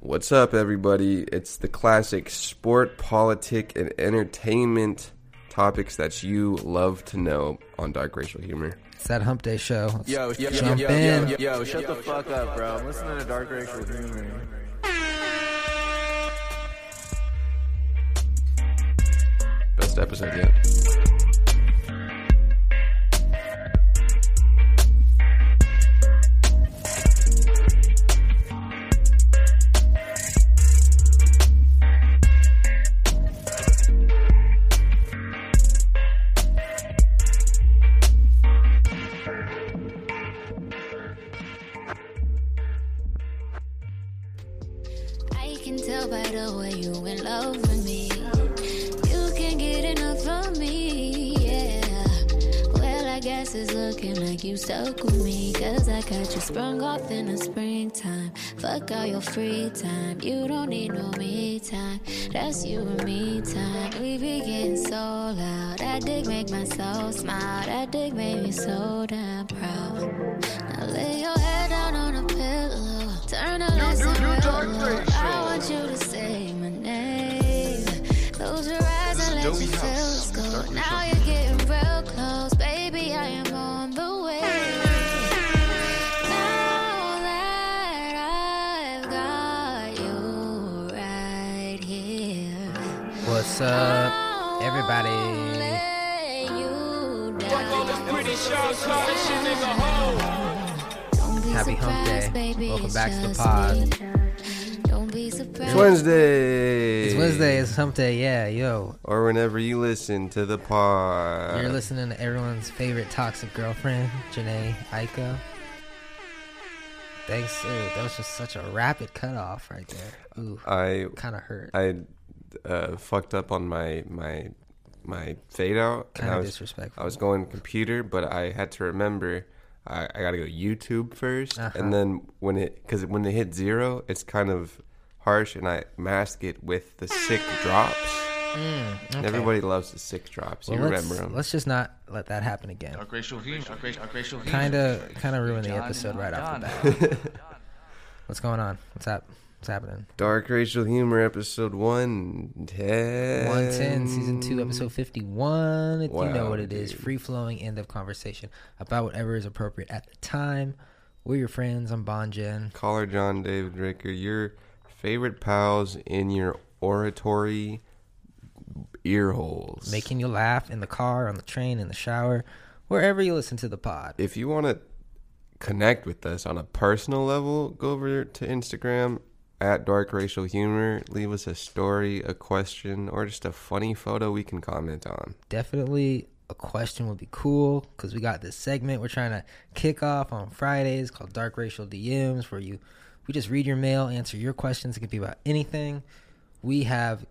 What's up, everybody? It's the classic sport, politic, and entertainment topics that you love to know on Dark Racial Humor. It's that Hump Day show. Let's Yo, yo, yo, jump yo, in. yo, yo, yo, shut the fuck up, bro. I'm listening to Dark Racial Humor. Best episode yet. I can tell by the way you in love with me. You can't get enough of me, yeah. Well, I guess it's looking like you stuck with me. Cause I got you sprung off in the springtime. Fuck all your free time. You don't need no me time. That's you and me time. We be getting so loud. That dick make my soul smile. That dick made me so damn proud. Now lay your head down on a pillow. Turn the lights on real low. I want you to say my name. Close your eyes and let your feelings go. Now you're getting real close, baby. I am on the way. Now that I've got you right here, What's up, I'll everybody? lay you down. Happy Happy hump day. Welcome back to the Don't be surprised. It's Wednesday. It's Wednesday. It's Hump Day. Yeah, yo. Or whenever you listen to the pod. You're listening to everyone's favorite toxic girlfriend, Janae Aiko. Thanks. Ooh, that was just such a rapid cutoff right there. Ooh, I kind of hurt. I uh, fucked up on my my my fade out. and Kinda I was, disrespectful. I was going computer, but I had to remember I, I got to go YouTube 1st Uh-huh. and then when it because when it hit zero, it's kind of harsh, and I mask it with the sick drops. And Mm, okay. Everybody loves the sick drops. Well, you let's, remember them. let's just not let that happen again. Dark Racial Humor. Dark Racial, Dark Racial Humor. Kind of, kind of ruined the episode right off the bat. What's going on? What's up? What's happening? Dark racial humor, episode one ten. 110 season 2 episode 51 if you know Wow, what it is free flowing end of conversation about whatever is appropriate at the time we're your friends i'm bonjen Caller John David Ricker, your favorite pals in your oratory ear holes. making you laugh in the car on the train in the shower wherever you listen to the pod if you want to connect with us on a personal level, go over to Instagram at Dark Racial Humor. Leave us a story, a question, or just a funny photo we can comment on. definitely a question would be cool because we got this segment we're trying to kick off on Fridays called Dark Racial DMs, where you we just read your mail, answer your questions. It could be about anything. We have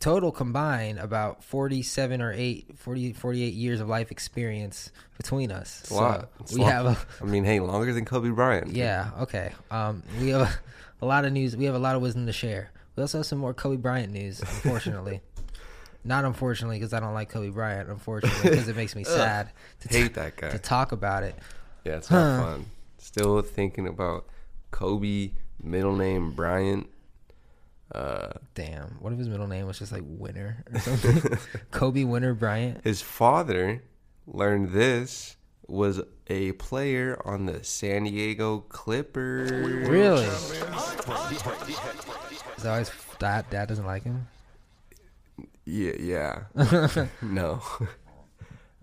total combined about 47 or 8 40 48 years of life experience between us It's a lot. It's we a lot. have a I mean, hey, longer than Kobe Bryant. yeah okay um we have a, a lot of news we have a lot of wisdom to share we also have some more kobe bryant news unfortunately not unfortunately because i don't like kobe bryant unfortunately because it makes me sad to, t- Hate that guy. to talk about it Yeah, it's not fun. Still thinking about Kobe, middle name Bryant. Uh, damn what if his middle name was just like winner or something kobe winner bryant His father learned this was a player on the San Diego Clippers. really is always dad dad doesn't like him Yeah, yeah. no.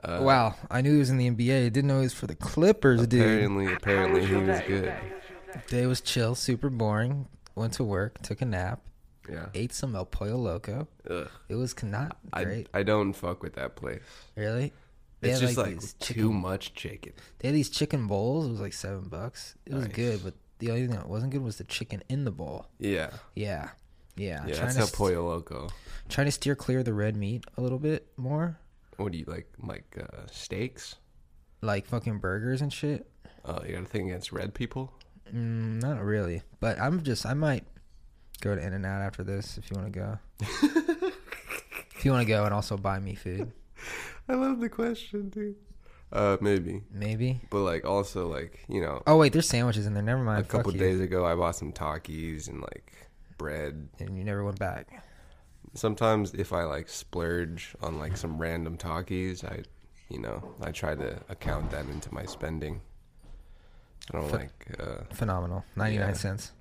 Uh, wow i knew he was in the nba didn't know he was for the clippers dude apparently, apparently he was good. day was chill super boring went to work took a nap Yeah. ate some El Pollo Loco. Ugh. It was con- not I, great, I don't fuck with that place. really. They It's had just like, these chicken, too much chicken. they had these chicken bowls. It was like seven bucks. It was Nice. good, but the only thing that wasn't good was the chicken in the bowl. Yeah. Yeah, yeah. Yeah, trying that's how to st- Pollo Loco. trying to steer clear of the red meat a little bit more, What do you like? Like uh, steaks? like fucking burgers and shit. Oh, you got a thing against red people? Mm, not really, but I'm just I might go to In and Out after this if you want to go. if you want to go and also buy me food, I love the question, dude. Uh, maybe. maybe. But like also like, you know, Oh wait, there's sandwiches in there. Never mind. a couple Fuck you. days ago I bought some Takis and like bread. and you never went back. Sometimes if I like splurge on like some random talkies, I, you know, I try to account that into my spending. I don't like. uh Phenomenal. 99 Yeah. cents.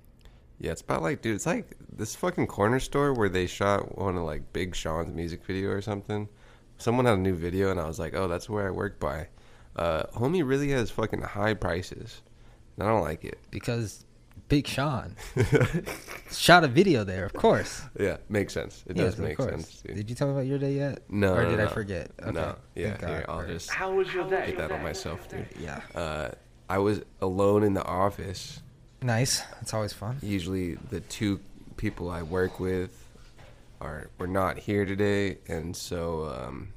Yeah, it's about like, dude, it's like this fucking corner store where they shot one of like Big Sean's music video or something. Someone had a new video, and I was like, oh, that's where I work by. Uh, homie really has fucking high prices. And I don't like it. Because Big Sean shot a video there, of course. Yeah, makes sense. It Yes, does of make course. sense. Dude. Did you tell me about your day yet? No, Or no, did I no. forget? No, yeah, Thank God. here, I'll Or- just How was your day? hit that on myself, dude. Yeah. Uh, I was alone in the office. Nice. It's always fun. Usually, the two people I work with are were not here today, and so um,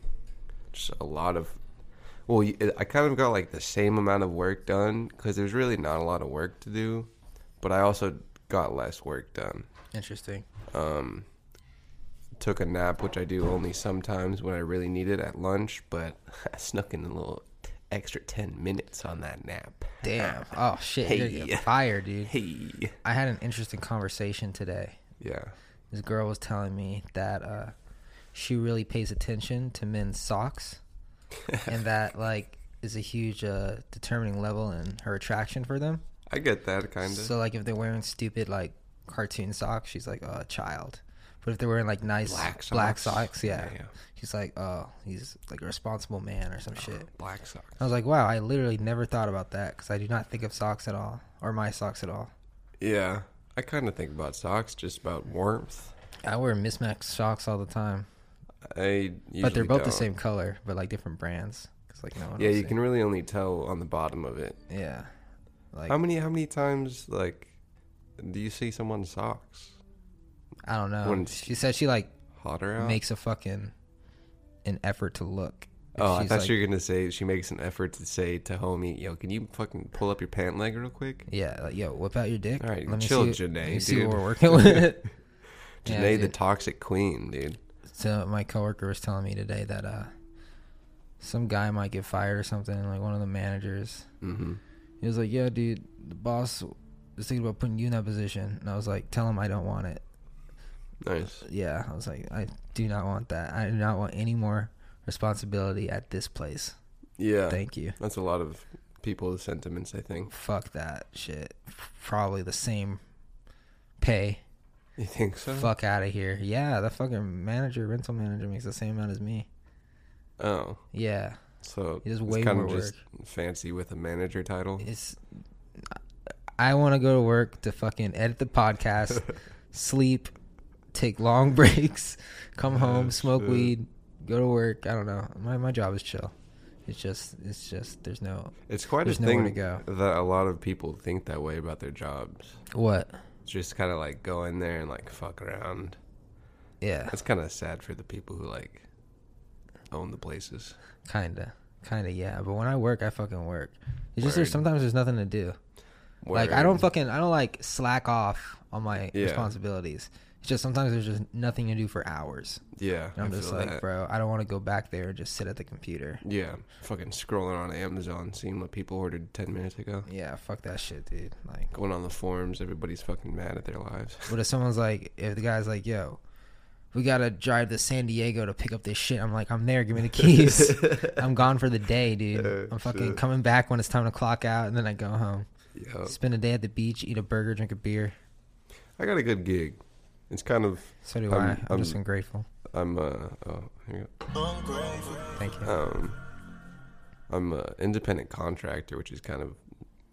just a lot of. Well, y- I kind of got like the same amount of work done because there's really not a lot of work to do, but I also got less work done. Interesting. took a nap, which I do only sometimes when I really need it at lunch, but I snuck in a little extra 10 minutes on that nap. Damn. Oh shit. You're Hey. gonna get fired, dude. Hey. I had an interesting conversation today. Yeah. This girl was telling me that uh, she really pays attention to men's socks, and that like is a huge uh, determining level in her attraction for them. I get that kind of. So like if they're wearing stupid like cartoon socks, she's like, "Oh, child." But if they're wearing like nice black Black socks, socks? yeah. Yeah, Oh. yeah. she's like, "Oh, he's like a responsible man or some shit." Black socks. I was like, "Wow, I literally never thought about that because I do not think of socks at all or my socks at all." Yeah. I kind of think about socks, just about warmth. I wear mismatched socks all the time, I usually but they're both the don't. same color, but like different brands. 'Cause, like no one. Yeah, will you see. can really only tell on the bottom of it. Yeah. Like How many how many times like do you see someone's socks? I don't know. when- she said she like Hotter out? makes a fucking an effort to look. And Oh, I she's thought like- you were gonna say she makes an effort to say to homie, "Yo, can you fucking pull up your pant leg real quick?" Yeah, like yo, whip out your dick. All right, chill, see, Janae, let me see dude. what we're working with. Yeah, Janae, the dude. toxic queen, dude. so my coworker was telling me today that uh, some guy might get fired or something. Like one of the managers, hmm he was like, "Yeah, dude, the boss is thinking about putting you in that position," and I was like, "Tell him I don't want it." Nice. Yeah, I was like, "I do not want that. I do not want any more responsibility at this place. Yeah. Thank you." That's a lot of people's sentiments, I think. Fuck that shit. Probably the same pay. You think so? Fuck out of here. Yeah, the fucking manager, rental manager, makes the same amount as me. Oh, Yeah, so It is it's way kind more of just fancy with a manager title. it's. I want to go to work to fucking edit the podcast, sleep, take long breaks, come home, smoke shit. weed, go to work. I don't know. My my job is chill. It's just it's just there's no It's quite a there's nowhere thing to go. that a lot of people think that way about their jobs. what. It's just kind of like go in there and like fuck around. Yeah, That's kind of sad for the people who like own the places. kinda, kinda. Yeah, but when I work, I fucking work. It's just there's Word. sometimes there's nothing to do. Like I Where- don't fucking I don't like slack off on my Yeah. responsibilities. It's just sometimes there's just nothing to do for hours. Yeah, And I'm I just feel like, that. bro, I don't want to go back there and just sit at the computer. Yeah, fucking scrolling on Amazon, seeing what people ordered ten minutes ago. Yeah, fuck that shit, dude. Like, Going on the forums, everybody's fucking mad at their lives. what if someone's like, if the guy's like, yo, we gotta drive to San Diego to pick up this shit. I'm like, I'm there. Give me the keys. I'm gone for the day, dude. Uh, I'm fucking shit. Oh. coming back when it's time to clock out, and then I go home. Yo, Spend a day at the beach, eat a burger, drink a beer. I got a good gig. It's kind of So do I'm- I. I'm, I'm- just ungrateful. I'm uh oh here you go. Thank you. um I'm a independent contractor, which is kind of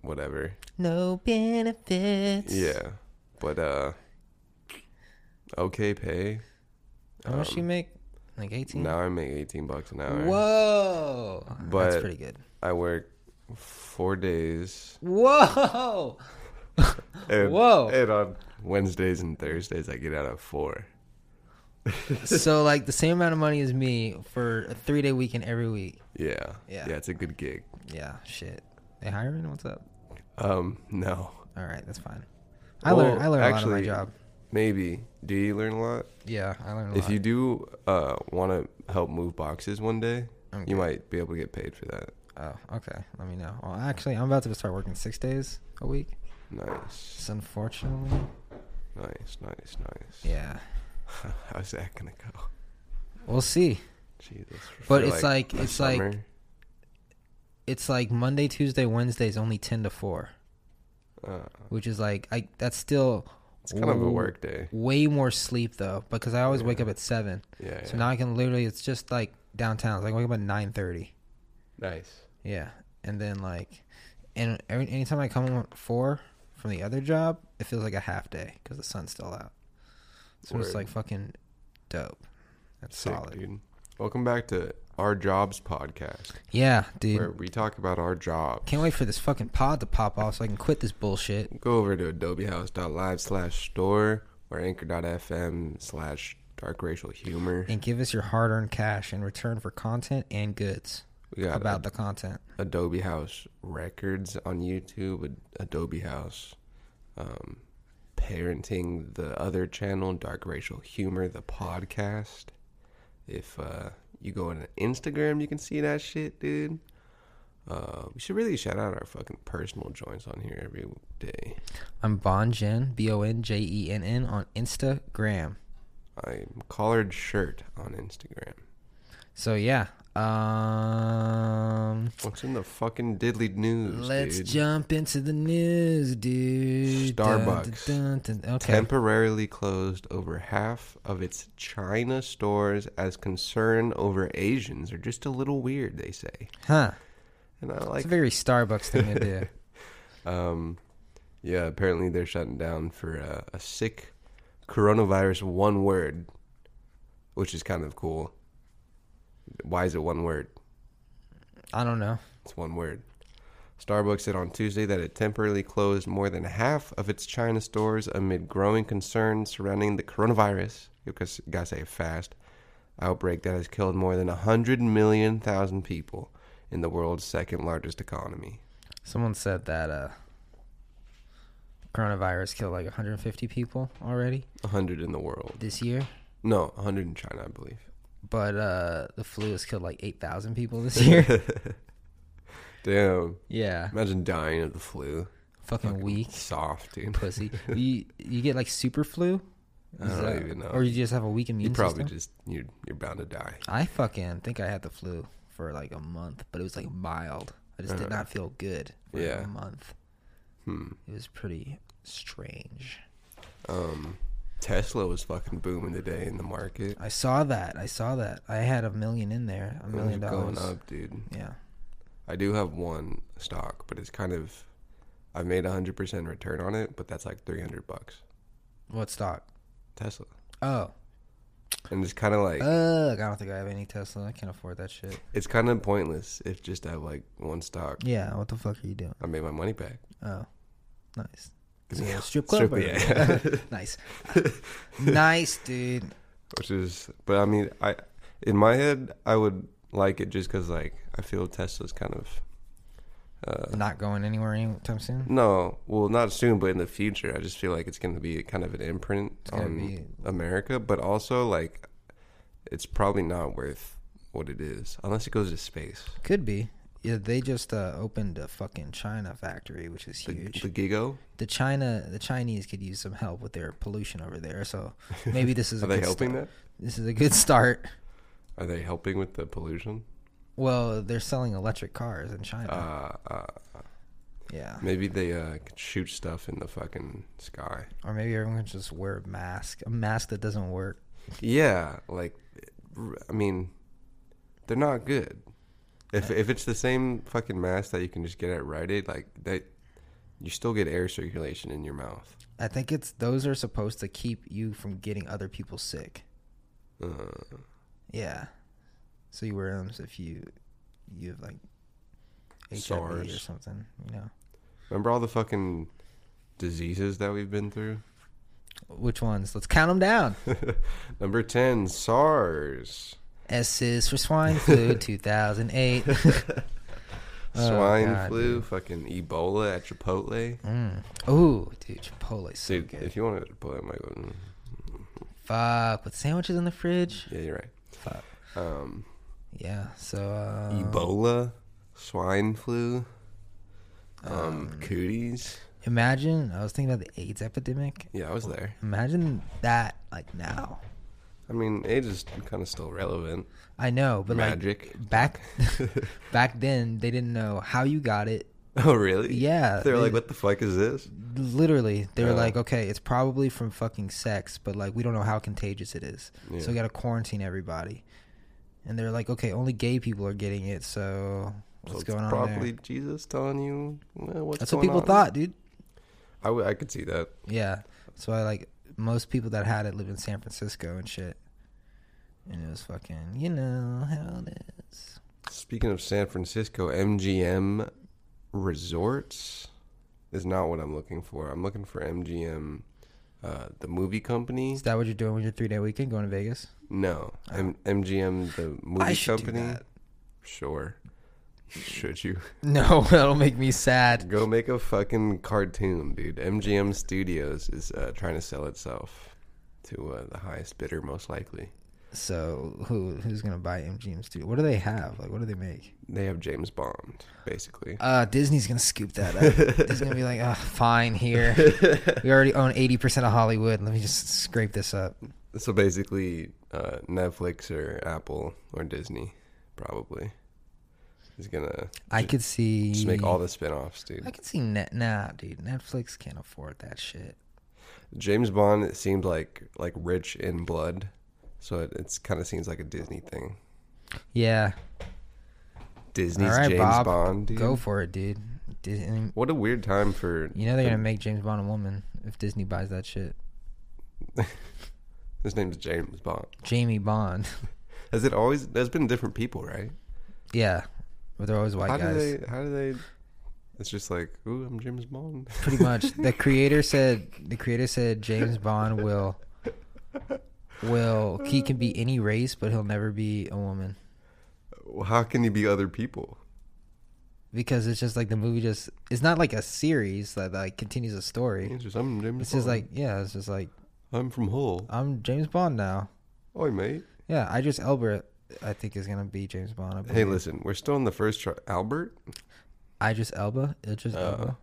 whatever. no benefits. Yeah, but uh, okay pay. How much Um, you make? Like 18? Now I make eighteen bucks an hour. Whoa. That's But- pretty good. I work four days. Whoa. And, Whoa. And on Wednesdays and Thursdays, I get out at four. so like the same amount of money as me for a three day weekend every week. Yeah. Yeah. it's a good gig. Yeah, shit. They hiring? What's up? Um, no. All right, that's fine. I Well, learned I learned a lot on my actually, job. Maybe. Do you learn a lot? Yeah, I learned a If lot. you do uh, want to help move boxes one day, Okay. you might be able to get paid for that. oh, okay. Let me know. Well, actually, I'm about to start working six days a week. Nice. It's unfortunately Nice. nice, nice, nice. Yeah, How's that gonna go? we'll see. Jesus. for- But for, it's like- the it's like- summer? It's like Monday, Tuesday, Wednesdays only ten to four, Uh, which is like I that's still it's kind of a w- work day. Way more sleep though, because I always wake up at seven. Yeah. So yeah. now I can literally it's just like downtown. Like I wake up at nine thirty. nice. Yeah, and then like, and every, anytime I come home at four from the other job, it feels like a half day because the sun's still out. So it's Word. like fucking dope. That's Sick, solid. dude. Welcome back to our jobs podcast, Yeah, where dude. we talk about our job. Can't wait for this fucking pod to pop off so I can quit this bullshit. Go over to adobehouse.live slash store or anchor.fm slash dark racial humor. And give us your hard earned cash in return for content and goods We got about about the content. Adobe House Records on YouTube, Ad- Adobe House um, Parenting, the other channel, Dark Racial Humor, the podcast. If uh, you go on Instagram, you can see that shit, dude. Uh, we should really shout out our fucking personal joints on here every day. I'm Bonjen, B O N J E N N, on Instagram. I'm collared shirt on Instagram. So yeah. Um What's in the fucking diddly news? Let's dude? jump into the news, dude. Dun, dun, Starbucks. dun, dun. Okay. temporarily closed over half of its China stores as concern over Asians are just a little weird, they say. huh. And I It's like, a very Starbucks thing to do. um, yeah, apparently they're shutting down for uh, a sick coronavirus one word, which is kind of cool. Why is it one word? I don't know. It's one word. Starbucks said on Tuesday that it temporarily closed more than half of its China stores amid growing concerns surrounding the coronavirus. You guys gotta say it fast. Outbreak that has killed more than 100 million thousand people in the world's second largest economy. Someone said that uh coronavirus killed like 150 people already 100 in the world. this year, No, 100 in China, I believe. but uh the flu has killed like 8,000 people this year. Damn. yeah. Imagine dying of the flu. Fucking weak Soft, dude. pussy. You you get like super flu? I don't Is that- even know. Or you just have a weak immune You probably system? just, you're, you're bound to die. I fucking think I had the flu for like a month, but it was like mild. I just did not feel good for Uh-huh. Yeah. Hmm. a month. It was pretty strange. Um, Tesla was fucking booming today in the market. I saw that. I saw that. I had a million in there. A Those are million dollars. going up, dude. Yeah. I do have one stock, but it's kind of I've made a hundred percent return on it, but that's like three hundred bucks What stock? Tesla, Oh. and it's kind of like Ugh, I don't think I have any Tesla. I can't afford that shit. it's kind of pointless if just I have like one stock. Yeah, what the fuck are you doing? I made my money back. Oh. Nice. Is it a strip club? Strip- or- yeah. nice. nice, dude. which is but i mean i in my head i would like it just because like i feel tesla's kind of uh Not going anywhere anytime soon. no well not soon but in the future i just feel like it's going to be kind of an imprint gonna on be- america but also like it's probably not worth what it is unless it goes to space Could be. Yeah, they just uh, opened a fucking China factory, which is the, huge. the The, gigo China, the Chinese could use some help with their pollution over there. So maybe this is a are they good helping start. that This is a good start. are they helping with the pollution Well, they're selling electric cars in China. uh, uh yeah, maybe they uh could shoot stuff in the fucking sky or maybe everyone can just wear a mask, a mask that doesn't work. Yeah, like, r- I mean, they're not good. If if it's the same fucking mask that you can just get at Rite Aid, like that, you still get air circulation in your mouth. I think it's those are supposed to keep you from getting other people sick. Uh, Yeah, so you wear them if you you have like HIV or SARS. something. You know, remember all the fucking diseases that we've been through? which ones? Let's count them down. Number ten, SARS, S is for swine flu 2008. Oh, swine God, flu, fucking Ebola at Chipotle. mm. Ooh, dude, Chipotle's so Dude, good. if you want to go to Chipotle, I might go. mm, Fuck, with sandwiches in the fridge. Yeah, you're right. Fuck. Um, Yeah, so. Uh, Um, Ebola, swine flu, um, cooties. Imagine I was thinking about the AIDS epidemic. Yeah, I was there. Imagine that like now. I mean, AIDS is kind of still relevant. I know, but Magic. like back back then they didn't know how you got it. Oh, really? Yeah, They're they- like, what Uh. the fuck is this? Literally, they were Yeah. like, "Okay, it's probably from fucking sex, but like we don't know how contagious it is, Yeah. so we got to quarantine everybody." And they're like, "Okay, only gay people are getting it, so So what's it's going on Probably there?" Jesus telling you well, what's That's what going people on. thought, dude. I, w- I could see that. Yeah, so I like most people that had it lived in San Francisco and shit, and it was fucking, you know how it is. Speaking of San Francisco, MGM Resorts is not what I'm looking for. I'm looking for MGM, uh, the movie company. Is that what you're doing with your three day weekend going to Vegas? No, M- MGM, the movie should do company. that. Sure. Should you No, that'll make me sad. go make a fucking cartoon, dude? MGM Studios is uh, trying to sell itself to uh, the highest bidder, most likely. So who who's gonna buy MGM Studio? What do they have? Like, what do they make? They have James Bond, basically. Uh, Disney's gonna scoop that up. Disney's gonna be like, oh, fine, here. We already own eighty percent of Hollywood. Let me just scrape this up. So basically, uh, Netflix or Apple or Disney, probably, is gonna I could see. just make all the spin-offs, dude. I could see net. Nah, dude, Netflix can't afford that shit. James Bond it seems like like rich in blood, so it it's kind of seems like a Disney thing. Yeah. Disney's all right, James Bob. Bond, dude. Go for it, dude. Disney. What a weird time for You know they're gonna make James Bond a woman if Disney buys that shit. his name's James Bond. Jamie Bond. Has it always? There's been different people, right? yeah, but they're always white How guys. do they? How do they? It's just like, ooh, I'm James Bond. pretty much the creator said the creator said james bond will will he can be any race but he'll never be a woman How can he be other people? because it's just like the movie just it's not like a series that like continues a story It's just I'm James. it's just Bond. like yeah it's just like I'm from Hull. i'm james bond now Oi, mate. yeah i just elbert i think is gonna be james bond I Hey, believe. listen, we're still in the first try. Albert, i just elba it just elba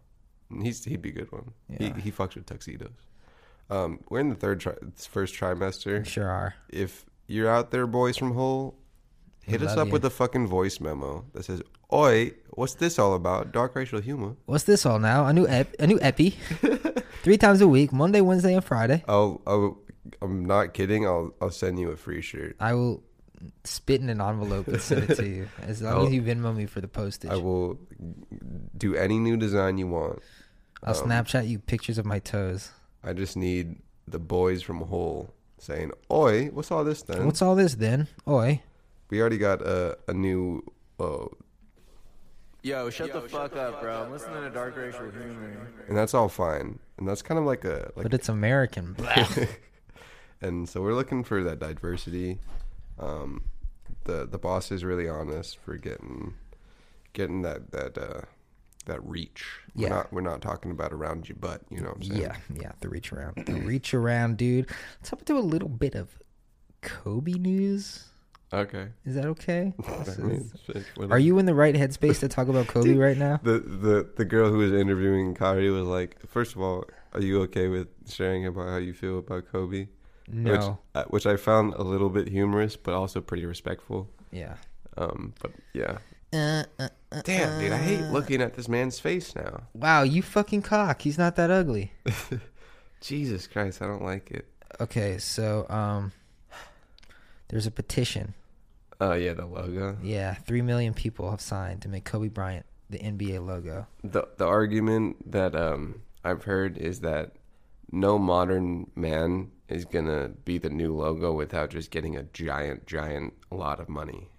he's he'd be a good one. Yeah. He he fucks with tuxedos. Um, we're in the third tri- first trimester. sure are If you're out there, boys from Hull, hit us love up you. with a fucking voice memo that says, "Oi, what's this all about? Dark racial humor." what's this all now a new ep a new epi three times a week monday wednesday and friday I'll, I'll I'm not kidding. I'll I'll send you a free shirt. I will spit in an envelope and send it to you. As long as you Venmo me for the postage. I I'll will do any new design you want. um, Snapchat you pictures of my toes. I just need the boys from Hull saying, "Oi, what's all this then?" What's all this then? Oi. We already got a, a new. Oh, Yo, shut the fuck up, bro. I'm listening to dark racial humor. and that's all fine, and that's kind of like a like. But it's American. and so we're looking for that diversity. Um, the the boss is really on us for getting getting that that uh, that reach. Yeah. We're not we're not talking about around your butt. You know what I'm saying? yeah, yeah, the reach around. The reach around, dude. Let's hop into a little bit of Kobe news. Okay. Is that okay? This I is- mean, shit, whatever. Are you in the right headspace to talk about Kobe right now? the the the girl who was interviewing Kyrie was like, first of all, are you okay with sharing about how you feel about Kobe? Which, No. uh, which I found a little bit humorous, but also pretty respectful. Yeah. Um, but yeah. Uh, uh, uh, Damn, dude, I hate looking at this man's face now. wow, you fucking cock. He's not that ugly. Jesus Christ, I don't like it. Okay, so um, there's a petition Oh yeah, the logo. Yeah, three million people have signed to make Kobe Bryant the NBA logo. The the argument that um I've heard is that no modern man is gonna be the new logo without just getting a giant, giant lot of money.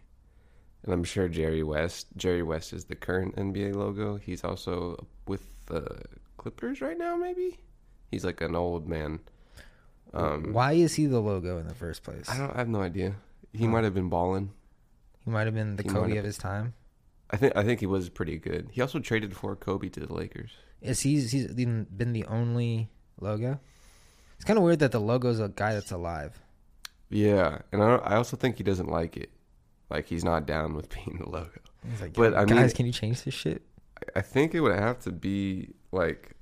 And I'm sure Jerry West. Jerry West is the current NBA logo. He's also with the Clippers right now. Maybe he's like an old man. Um, Why is he the logo in the first place? Mm. I don't. I have no idea. He might have been balling. He might have been the He might Kobe have- of his time. I think. I think he was pretty good. He also traded for Kobe to the Lakers. Is he's he's been been the only logo? It's kind of weird that the logo's a guy that's alive. Yeah, and I, don't- I also think he doesn't like it. Like he's not down with being the logo. He's like, But I mean- guys, can you change this shit? I- I think it would have to be like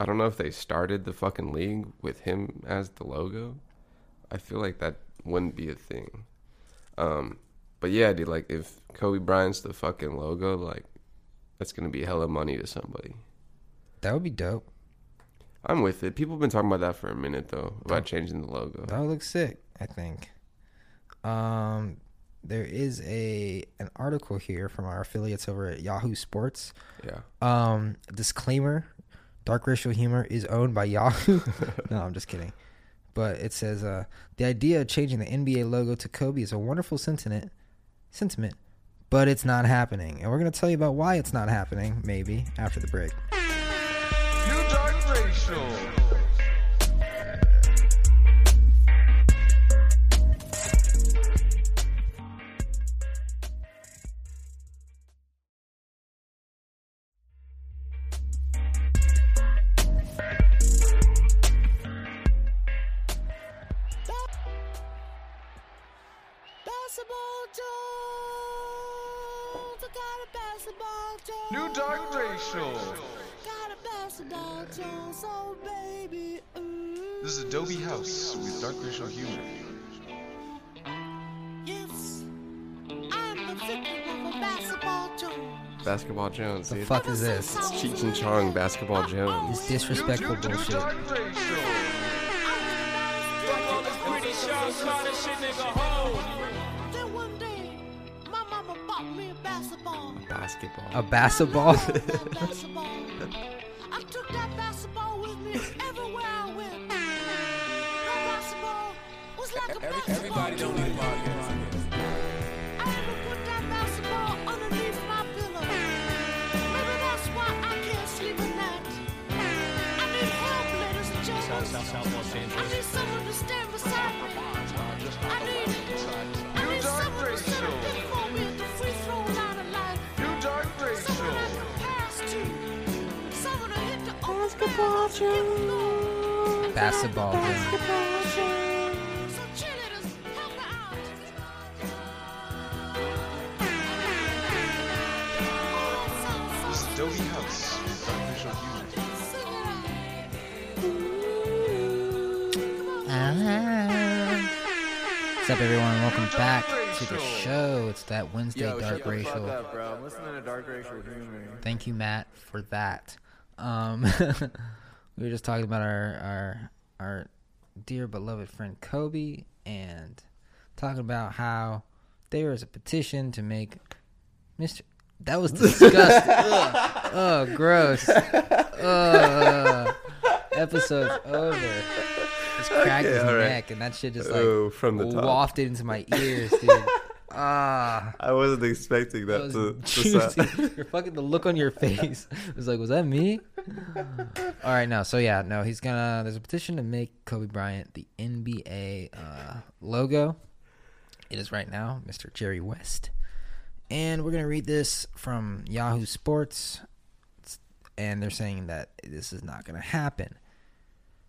I don't know if they started the fucking league with him as the logo. I feel like that wouldn't be a thing. Um, but yeah, dude, like if Kobe Bryant's the fucking logo, like that's gonna be hella money to somebody. That would be dope. I'm with it. People have been talking about that for a minute though, about changing the logo. That would look sick, I think. Um, there is a an article here from our affiliates over at Yahoo Sports. Yeah. Um, disclaimer: Dark racial humor is owned by Yahoo. no, I'm just kidding. But it says uh, the idea of changing the NBA logo to Kobe is a wonderful sentiment, sentiment, but it's not happening, and we're gonna tell you about why it's not happening. Maybe after the break. New Dark Racial. New Dark Racial. This is Adobe House with Dark Racial Humor. Yes, I'm the victim of a basketball joke. Basketball Jones. The dude. fuck is this? It's Cheech and Chong, Basketball Jones. It's disrespectful New bullshit. Dark Racial. Then one day, my mama bought me a basketball. Basketball. A basketball. That basketball. I took that basketball with me everywhere I went. That basketball was like a basketball. Everybody don't need I even put that basketball underneath my pillow. Maybe that's why I can't sleep at night. I need help, ladies and gentlemen. I need someone to stand beside me. I need, I need someone to set a pick for me at the free throw line of life. New Dark Someone I Racial. can pass to. Someone to hit the basketball gym. Basketball gym. So cheerleaders, help me out. This is Adobe House with Dark Racial Humor. Ah. What's up, everyone? Welcome back to the show. It's that Wednesday Yo, Dark shut the fuck Racial. up, bro. I'm listening to dark racial humor. Thank you, Matt, for that. Um, we were just talking about our our our dear beloved friend Kobe and talking about how there was a petition to make Mr. That was disgusting. Ugh. Oh, gross. Ugh. Episode's over. Just cracked his all right. neck, and that shit just like Oh, from the top. wafted into my ears, dude. Ah, I wasn't expecting that was juicy. You're fucking the look on your face. It was like, was that me? All right, no. So yeah, no. He's gonna. There's a petition to make Kobe Bryant the NBA uh, logo. It is right now, Mr. Jerry West, and we're gonna read this from Yahoo Sports, It's- and they're saying that this is not gonna happen.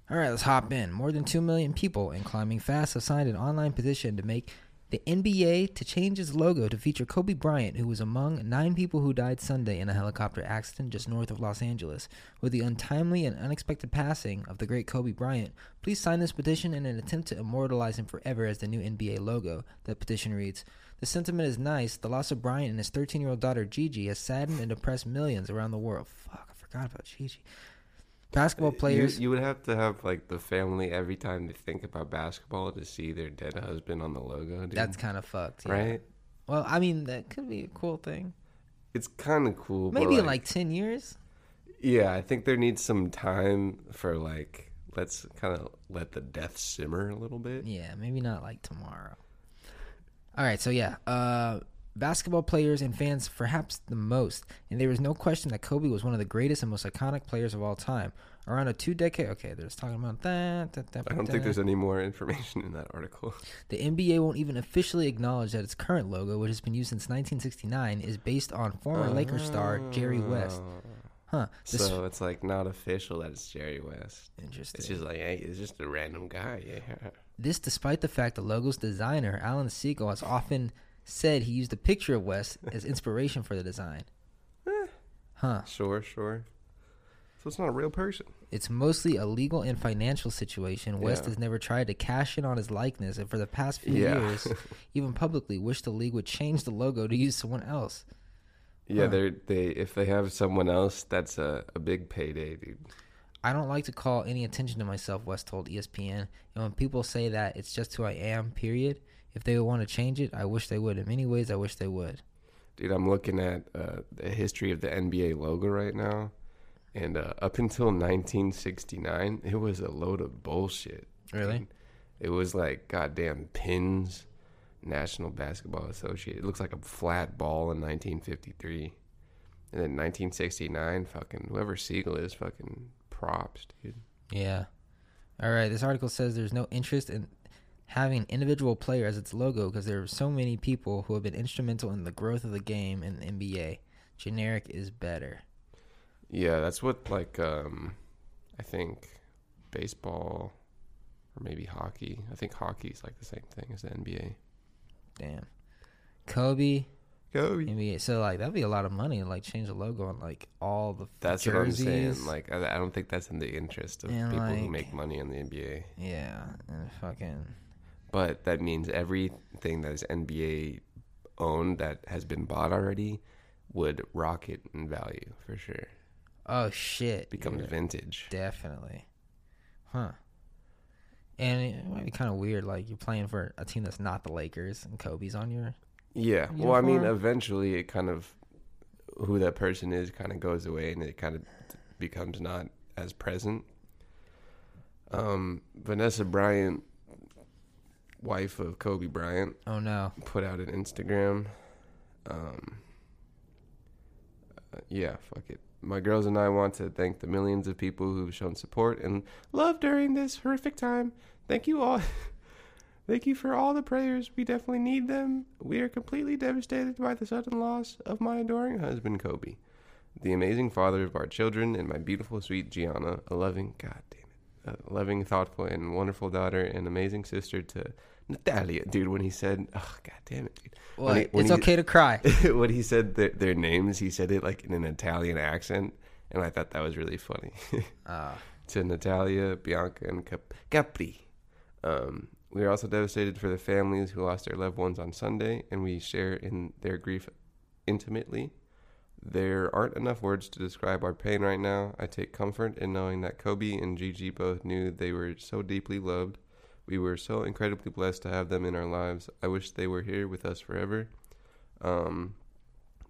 All right, let's hop in. More than 2 million people and climbing fast have signed an online petition to make the NBA to change its logo to feature Kobe Bryant, who was among nine people who died Sunday in a helicopter accident just north of Los Angeles. With the untimely and unexpected passing of the great Kobe Bryant, please sign this petition in an attempt to immortalize him forever as the new NBA logo. The petition reads The sentiment is nice. The loss of Bryant and his 13 year old daughter Gigi has saddened and depressed millions around the world. Fuck, I forgot about Gigi. Basketball You, players. you would have to have like the family every time they think about basketball to see their dead husband on the logo. Dude. That's kind of fucked. yeah. right. Well, I mean, that could be a cool thing. It's kind of cool. but, Maybe in like 10 years. yeah, I think there needs some time for like let's kind of let the death simmer a little bit. Yeah, maybe not like tomorrow. All right, so yeah, uh, basketball players and fans perhaps the most, and there is no question that Kobe was one of the greatest and most iconic players of all time. Around a two decade, okay, they're just talking about that. that, that I don't that, think there's any more information in that article. The NBA won't even officially acknowledge that its current logo, which has been used since 1969, is based on former Lakers star Jerry West. Huh. This Ah. so it's like not official that it's Jerry West. interesting. It's just like hey, it's just a random guy. Yeah. This despite the fact the logo's designer, Alan Siegel, has often said he used a picture of West as inspiration for the design. Sure, sure. So it's not a real person. It's mostly a legal and financial situation. West Yeah. has never tried to cash in on his likeness, and for the past few Yeah. years, even publicly, wished the league would change the logo to use someone else. Yeah, they're they if they have someone else, that's a, a big payday, dude. I don't like to call any attention to myself, West told E ESPN. And when people say that, it's just who I am, period. If they want to change it, I wish they would. In many ways, I wish they would. Dude, I'm looking at uh, the history of the NBA logo right now, and uh, up until 1969, it was a load of bullshit. Really? dude. It was like goddamn pins, National Basketball Association. It looks like a flat ball in 1953, and then 1969, fucking whoever Siegel is, fucking props, dude. Yeah. All right. This article says there's no interest in having an individual player as its logo because there are so many people who have been instrumental in the growth of the game and the NBA. Generic is better. Yeah, that's what like um I think baseball or maybe hockey. I think hockey's like the same thing as the NBA. Damn. Kobe, Go. NBA. So like that'd be a lot of money to like change the logo on like all the That's jerseys. what I'm saying. Like I, I don't think that's in the interest of And, people who like- make money in the NBA. yeah, and fucking But that means everything that is NBA owned that has been bought already would rocket in value for sure. oh shit, Becomes Yeah, vintage. definitely, huh? And it might be kind of weird, like you're playing for a team that's not the Lakers, and Kobe's on your Yeah. Well, I mean, Uniform. eventually it kind of who that person is kind of goes away and it kind of becomes not as present. Um, Vanessa Bryant, wife of Kobe Bryant, oh no, put out an Instagram. Um, uh, yeah, fuck it. My girls and I want to thank the millions of people who've shown support and love during this horrific time. Thank you all. thank you for all the prayers. We definitely need them. We are completely devastated by the sudden loss of my adoring husband, Kobe, the amazing father of our children, and my beautiful, sweet Gianna, a loving, god damn it a loving, thoughtful, and wonderful daughter and amazing sister to Natalia, dude. When he said, "Oh, god damn it, dude," Well, When he- when it's he- okay to cry. when he said their, their names, he said it like in an Italian accent, and I thought that was really funny. Ah. to Natalia, Bianca, and Cap- Capri. Um, we are also devastated for the families who lost their loved ones on Sunday, and we share in their grief intimately. There aren't enough words to describe our pain right now. I take comfort in knowing that Kobe and Gigi both knew they were so deeply loved. We were so incredibly blessed to have them in our lives. I wish they were here with us forever. Um,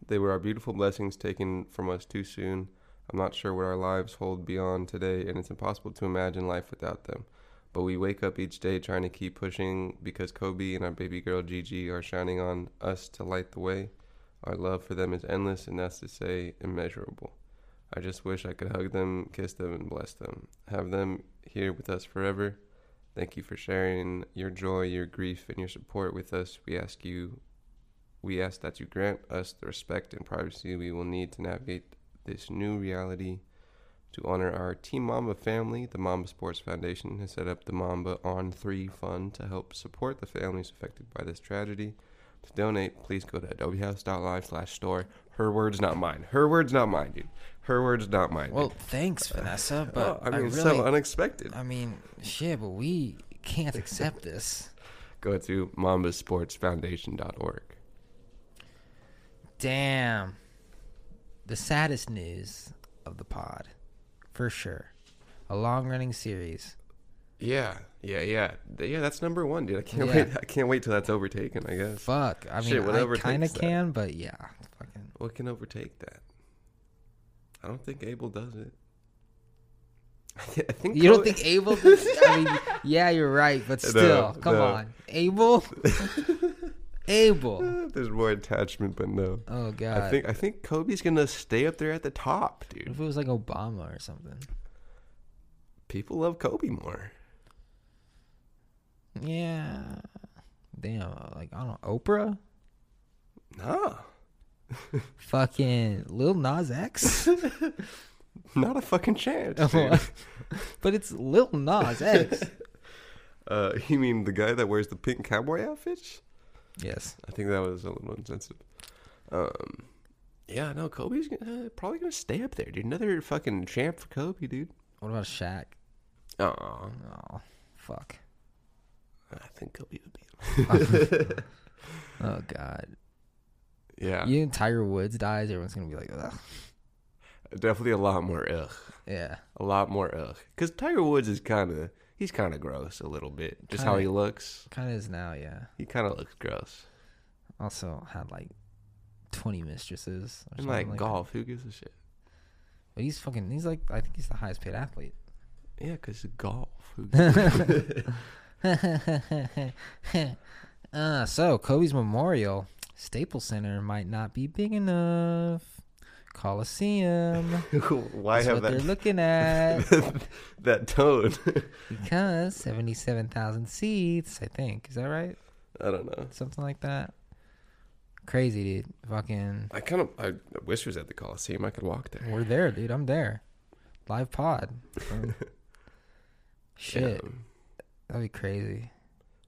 they were our beautiful blessings taken from us too soon. I'm not sure what our lives hold beyond today, and it's impossible to imagine life without them. But we wake up each day trying to keep pushing because Kobe and our baby girl Gigi are shining on us to light the way. Our love for them is endless, and that's to say, immeasurable. I just wish I could hug them, kiss them, and bless them. Have them here with us forever. Thank you for sharing your joy, your grief, and your support with us. We ask you we ask that you grant us the respect and privacy we will need to navigate this new reality. To honor our Team Mamba family, the Mamba Sports Foundation has set up the Mamba On 3 Fund to help support the families affected by this tragedy. To donate, please go to adobehouse.live slash store. Her words, not mine. Her words, not mine, dude. Her words, not mine. dude. Well, thanks, Vanessa, but oh, I mean, really, so unexpected. I mean, shit, but we can't accept this. Go to mambasportsfoundation.org. Damn. The saddest news of the pod, for sure. A long-running series. Yeah, yeah, yeah, Th- yeah. That's number one, dude. I can't Yeah. wait. I can't wait till that's overtaken. I guess. Fuck. I mean, Shit, whatever I kind takes of that. can, but yeah, fucking. What can overtake that? I don't think Abel does it. I think You don't Kobe- think Abel? I mean, yeah, you're right, but still, come no. on, Abel. Abel. there's more attachment, but no. Oh God. I think I think Kobe's gonna stay up there at the top, dude. if it was like Obama or something. People love Kobe more. Yeah. Damn, uh, like I don't know, Oprah? Nah, Fucking Lil Nas X? not a fucking chance. Oh. dude. but it's Lil Nas X. uh, you mean the guy that wears the pink cowboy outfits? yes. I think that was a little insensitive. Um, Yeah, no, Kobe's uh, probably gonna stay up there, dude. Another fucking champ for Kobe, dude. What about Shaq? Oh, Oh, fuck. I think Kobe would be. Oh god. Yeah, You and Tiger Woods dies, everyone's gonna be like, Ugh. definitely a lot more ugh, yeah. a lot more ugh. Because Tiger Woods is kind of he's kind of gross a little bit. Just how Kinda. he looks, Kind of is now, yeah. he kind of looks gross. Also had like twenty mistresses. Or And something like, that. golf, who gives a shit? But he's fucking. He's like. I think he's the highest paid athlete. Yeah, because golf. Who gives a uh, so Kobe's memorial, Staples Center might not be big enough. Coliseum. Why That's what have they're that looking at that tone? because seventy-seven thousand seats. I think is that right? I don't know. Something like that. Crazy, dude. Fucking. I kind of I wish it was at the Coliseum. I could walk there. We're there, dude. I'm there. Live pod. Um, Shit. Yeah, That'd be crazy.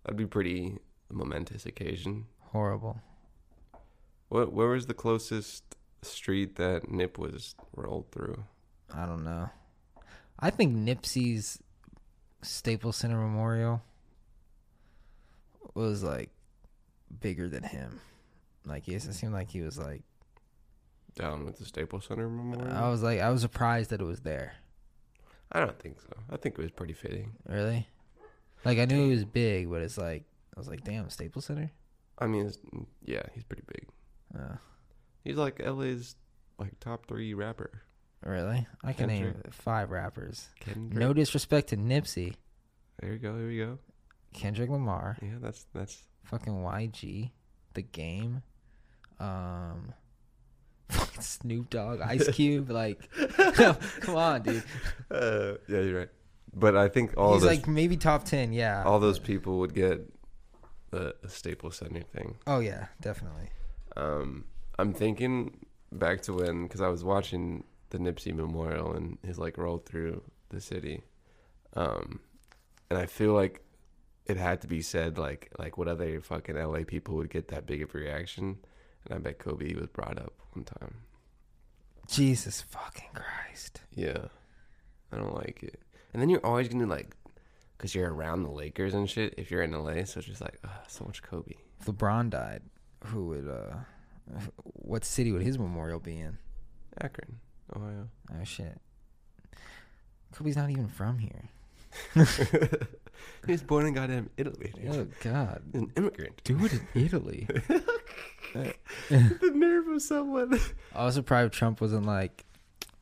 that'd be pretty momentous occasion. Horrible. What? Where was the closest street that Nip was rolled through? I don't know. I think Nipsey's Staples Center Memorial was like bigger than him. Like yes, it seemed like he was like Down with the Staples Center Memorial. I was like I was surprised that it was there. I don't think so. I think it was pretty fitting. Really? Like I knew he was big, but it's like I was like, damn, Staples Center? I mean, it's, yeah, he's pretty big. Uh, He's like LA's like top three rapper. really? I can name Kendrick. five rappers. Kendrick. No disrespect to Nipsey, There you go. Here we go. Kendrick Lamar, Yeah, that's that's fucking YG, The Game, um, fucking Snoop Dogg, Ice Cube. Like, come on, dude. Uh, yeah, you're right. But I think all He's those like maybe top ten. Yeah. all those people would get the Staples Center thing. oh yeah, definitely. Um, I'm thinking back to when because I was watching the Nipsey Memorial and his like roll through the city, um, and I feel like it had to be said like like what other fucking LA people would get that big of a reaction, and I bet Kobe was brought up one time. Jesus fucking Christ. Yeah. I don't like it. And then you're always going to like, because you're around the Lakers and shit if you're in LA. So it's just like, ah, so much Kobe. If LeBron died, who would uh, what city would his memorial be in? Akron, Ohio. Oh shit. Kobe's not even from here. He was born in goddamn Italy. Dude. Oh God. He's an immigrant. Do it in Italy. The nerve of someone. I was surprised Trump wasn't like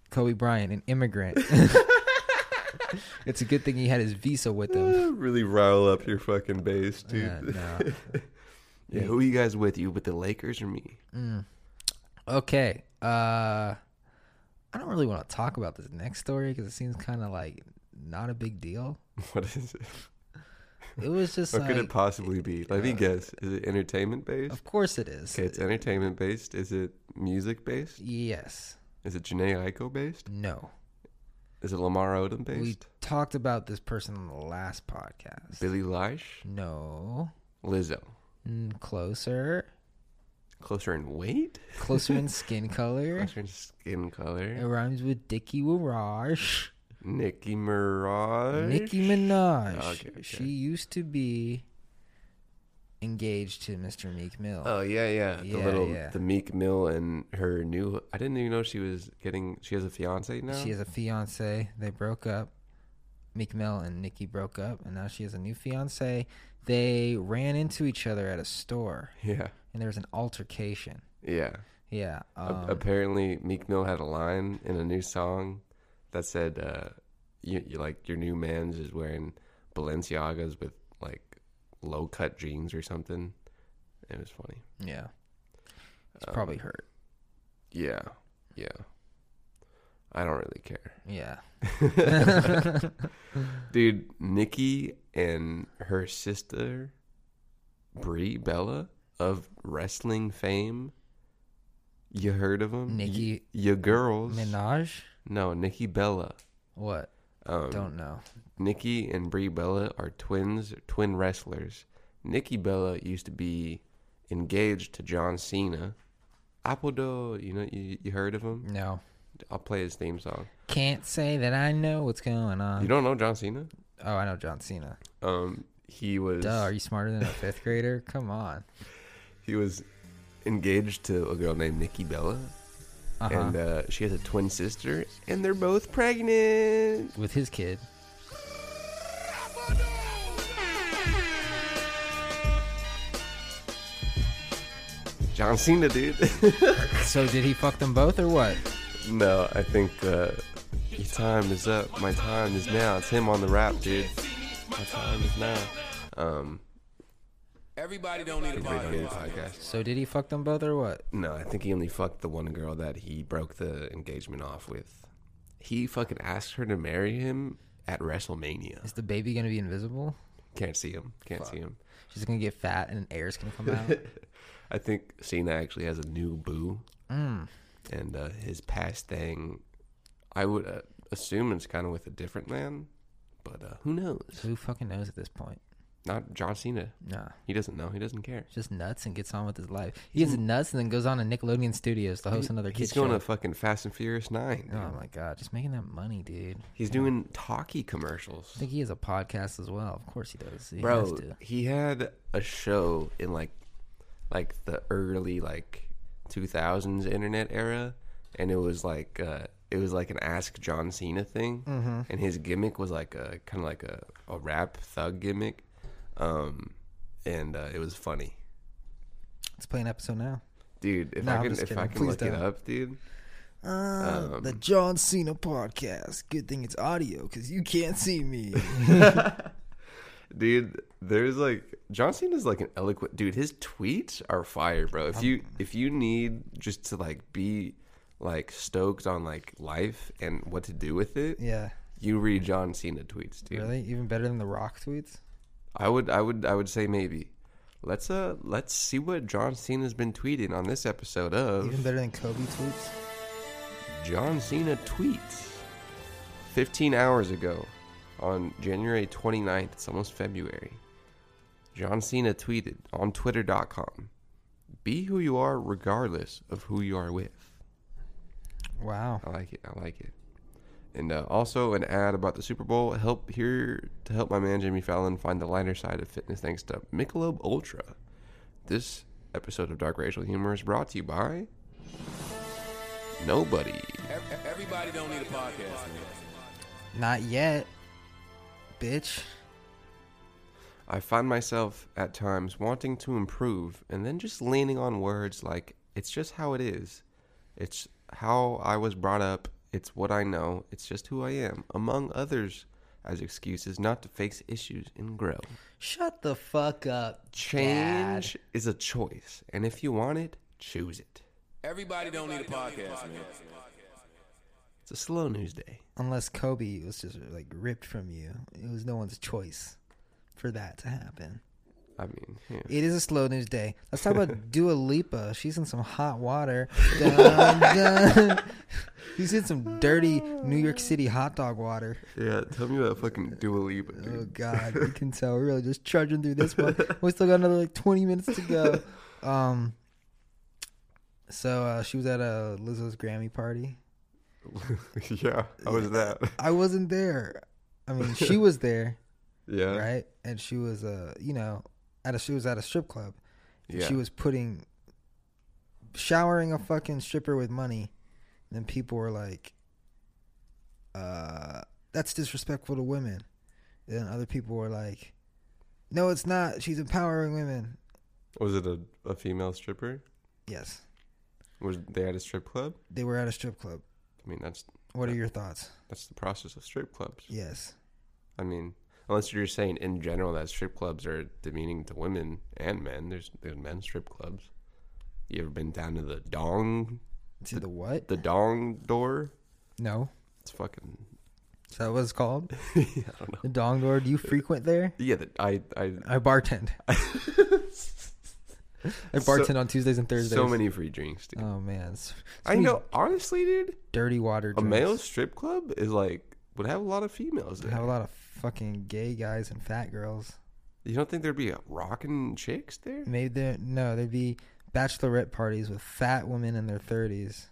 Kobe Bryant, an immigrant. it's a good thing he had his visa with him. really rile up your fucking base, dude. Yeah, Yeah, no. who are you guys with? You with the Lakers or me? Okay. Uh, I don't really want to talk about this next story because it seems kind of like not a big deal. What is it? It was just What like, could it possibly be? Let me guess. Is it entertainment based? of course it is. Okay, it's entertainment based. Is it music based? Yes. Is it Janae Aiko based? No. Is it Lamar Odom based? We talked about this person on the last podcast. Billy Lish? No. Lizzo. Mm, closer. Closer in weight? Closer in skin color. Closer in skin It color? rhymes with Dickie Warage. Nicki Mirage? Nicki Minaj. Oh, okay, okay. She used to be engaged to Mr. Meek Mill. Oh, yeah, yeah. The Yeah, little, yeah. the Meek Mill and her new, I didn't even know she was getting, she has a fiance now? She has a fiance. They broke up. Meek Mill and Nicki broke up, and now she has a new fiance. They ran into each other at a store, yeah. and there was an altercation. Yeah. Yeah. A- Um, Apparently, Meek Mill had a line in a new song that said, uh, you, you like, your new man's is wearing Balenciagas with, like, low cut jeans or something. It was funny. yeah. Oh. It's probably hurt. Yeah. Yeah. I don't really care. Yeah. Dude, Nikki and her sister Brie Bella of wrestling fame. You heard of them? Nicki your girls. Minaj? No, Nikki Bella. What? Um, Don't know. Nikki and Brie Bella are twins, twin wrestlers. Nikki Bella used to be engaged to John Cena, Apple You know, you, you heard of him? No. I'll play his theme song. Can't say that I know what's going on. You don't know John Cena? oh, I know John Cena. Um, he was Duh, are you smarter than a fifth grader? Come on. he was engaged to a girl named Nikki Bella, Uh-huh. and uh, she has a twin sister, and they're both pregnant. With his kid. John Cena, dude. So did he fuck them both or what? no, I think uh, your time is up. My time is now. It's him on the rap, dude. My time is now. Um, Everybody don't need a he's big body. dude podcast. So did he fuck them both or what? No, I think he only fucked the one girl that he broke the engagement off with. He fucking asked her to marry him at WrestleMania. Is the baby gonna be invisible? Can't see him. Can't see him. She's gonna get fat and air's gonna come out. I think Cena actually has a new boo, and uh, his past thing, I would uh, assume it's kind of with a different man, but uh, who knows? Who fucking knows at this point? Not John Cena. Nah. He doesn't know. He doesn't care. Just nuts and gets on with his life. He gets nuts and then goes on to Nickelodeon Studios to host another Mm. He's kid's going show. to fucking Fast and Furious Nine. dude. Oh my god, just making that money, dude. He's doing talkie I commercials, think he has a podcast as well. Of course he does. He has bro. to. He had a show in like, like the early like two thousands internet era, and it was like uh, it was like an Ask John Cena thing, Mm-hmm. and his gimmick was like a kind of like a, a rap thug gimmick, um, and uh, it was funny, Let's play an episode now. dude. If No, I'm I can just if I kidding. can Please look it don't. up, dude. Uh, Um, the John Cena podcast. Good thing it's audio because you can't see me. dude there's like john cena's like an eloquent dude his tweets are fire bro if you if you need just to like be like stoked on like life and what to do with it yeah, you read john cena tweets dude really? Even better than the Rock tweets? i would i would i would say maybe let's uh let's see what john cena's been tweeting on this episode Even of better than Kobe tweets? john cena tweets 15 hours ago on january 29th it's almost february John Cena tweeted on Twitter.com Be who you are regardless of who you are with. Wow. I like it. I like it. And uh, also an ad about the Super Bowl. Help here to help my man Jimmy Fallon find the lighter side of fitness thanks to Michelob Ultra. This episode of Dark Racial Humor is brought to you by Nobody. Ev- Everybody don't need a podcast. Not yet, bitch. I find myself at times wanting to improve and then just leaning on words like, it's just how it is. It's how I was brought up. It's what I know. It's just who I am, among others, as excuses not to face issues and grow. Shut the fuck up. Dad. Change is a choice, and if you want it, choose it. Everybody don't need a podcast, man. It's a slow news day. Unless Kobe was just like ripped from you, it was no one's choice for that to happen. I mean, yeah. It is a slow news day. Let's talk about Dua Lipa. She's in some hot water. Dun, dun. She's in some dirty New York City hot dog water. yeah tell me about fucking Dua Lipa, Oh God, you can tell we're really just trudging through this one. We still got another like twenty minutes to go. Um, so uh, she was at uh, Lizzo's Grammy party. yeah, how was that? I wasn't there. I mean, she was there, Yeah, right? And she was uh, you know, at a she was at a strip club. And Yeah. She was putting, showering a fucking stripper with money, and then people were like, "Uh, that's disrespectful to women." And then other people were like, "No, it's not. She's empowering women." Was it a, a female stripper? Yes, Was they at a strip club? they were at a strip club. I mean, that's What are your thoughts? that's the process of strip clubs. Yes. I mean, unless you're just saying in general that strip clubs are demeaning to women and men. There's there's men's strip clubs. You ever been down to the dong To the, what? the dong door? no. It's fucking Is that what it's called? The dong door. Do you frequent there? yeah. The, I I I bartend. I bartend on Tuesdays and Thursdays. so many free drinks. Dude. Oh man, it's, I know. Honestly, dude, dirty water. a Drinks. male strip club is like would have a lot of females They there. have a lot of fucking gay guys and fat girls. Mm. You don't think there'd be rocking chicks there? Maybe there no, there'd be bachelorette parties with fat women in their 30s.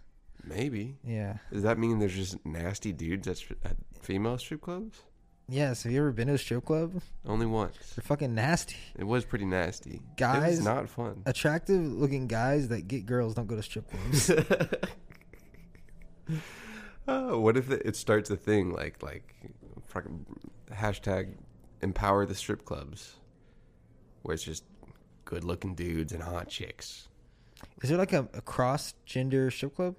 Maybe. Yeah. Does that mean there's just nasty dudes at, stri- at female strip clubs? Yes. Have you ever been to a strip club? Only once. They're fucking nasty. It was pretty nasty. it Guys- was not fun. Attractive looking guys that get girls don't go to strip clubs. Oh, what if it, it starts a thing like like fucking hashtag empower the strip clubs, where it's just good looking dudes and hot chicks. Is there like a, a cross gender strip club?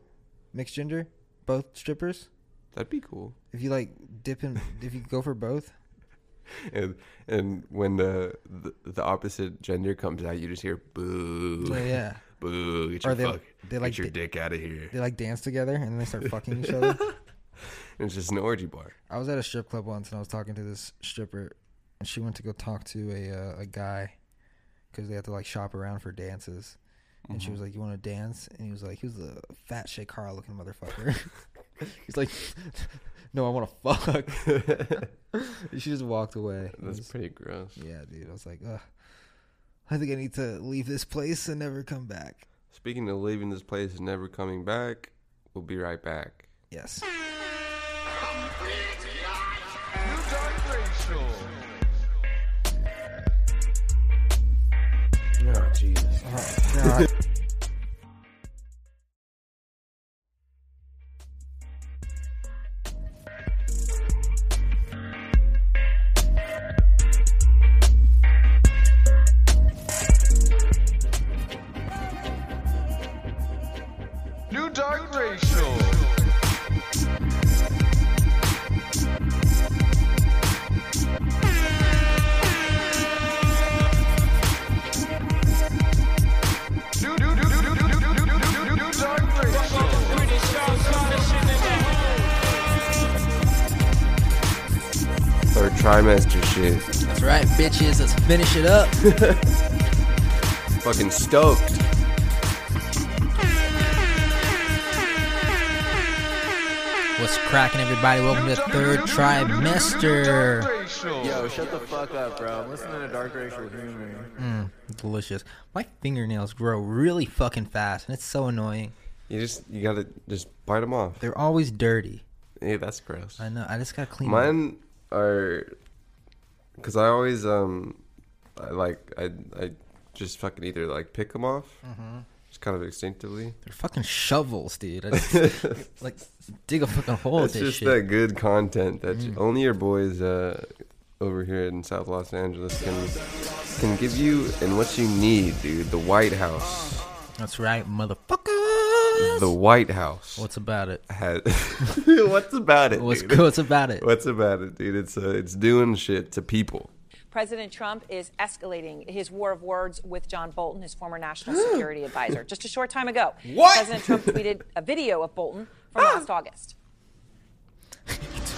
Mixed gender? Both strippers? That'd be cool. If you like dip in, if you go for both? And and when the the, the opposite gender comes out, you just hear boo, Yeah, yeah. boo. Get Or your they- fuck, they like get your di- dick out of here. They like dance together and then they start fucking each other. And it's just an orgy bar. I was at a strip club once and I was talking to this stripper, and she went to go talk to a uh, a guy because they had to like shop around for dances. And she was like, "You want to dance?" And he was like, "He was a fat Shakara looking motherfucker." He's like, "No, I want to fuck." And she just walked away. It That's was- pretty gross. yeah, dude. I was like, Ugh, "I think I need to leave this place and never come back." Speaking of leaving this place and never coming back, we'll be right back. Yes. New Dark Racial. New Dark Racial. New, new, new, new, new, new, new, new, new, new, new Dark Racial. Third trimester shit. That's right, bitches. Let's finish it up. Fucking stoked. What's cracking, everybody? Welcome to the third trimester. Yo, shut the fuck up, bro. I'm listening to Dark Racial Humor. delicious. My fingernails grow really fucking fast, and it's so annoying. You just you gotta just bite them off. They're always dirty. Yeah, that's gross. I know. I just gotta clean. them. Mine are, cause I always um, I like I I just fucking either like pick them off, just kind of instinctively. They're fucking shovels, dude. I just, like dig a fucking hole with It's this just shit. Mm. that good content that you- only your boys uh over here in South Los Angeles can can give you and what you need, dude. The White House, That's right, motherfuckers. the White House. What's about it? has what's about it? What's dude? what's about it? What's about it, dude? It's uh, it's doing shit to people. President Trump is escalating his war of words with John Bolton, his former national security advisor, just a short time ago. What? President Trump tweeted a video of Bolton from last August.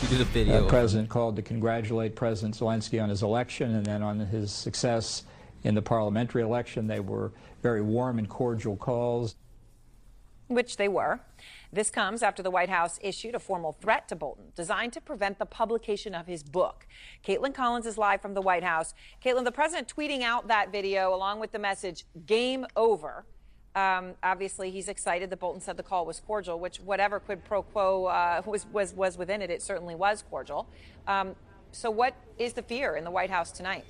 We did a The Uh, video. Uh, president called to congratulate President Zelensky on his election and then on his success in the parliamentary election. They were very warm and cordial calls. which they were. This comes after the White House issued a formal threat to Bolton designed to prevent the publication of his book. Caitlin Collins is live from the White House. Caitlin, the president tweeting out that video along with the message, game over. Um, obviously, he's excited that Bolton said the call was cordial, which whatever quid pro quo uh, was, was, was within it, it certainly was cordial. Um, so what is the fear in the White House tonight?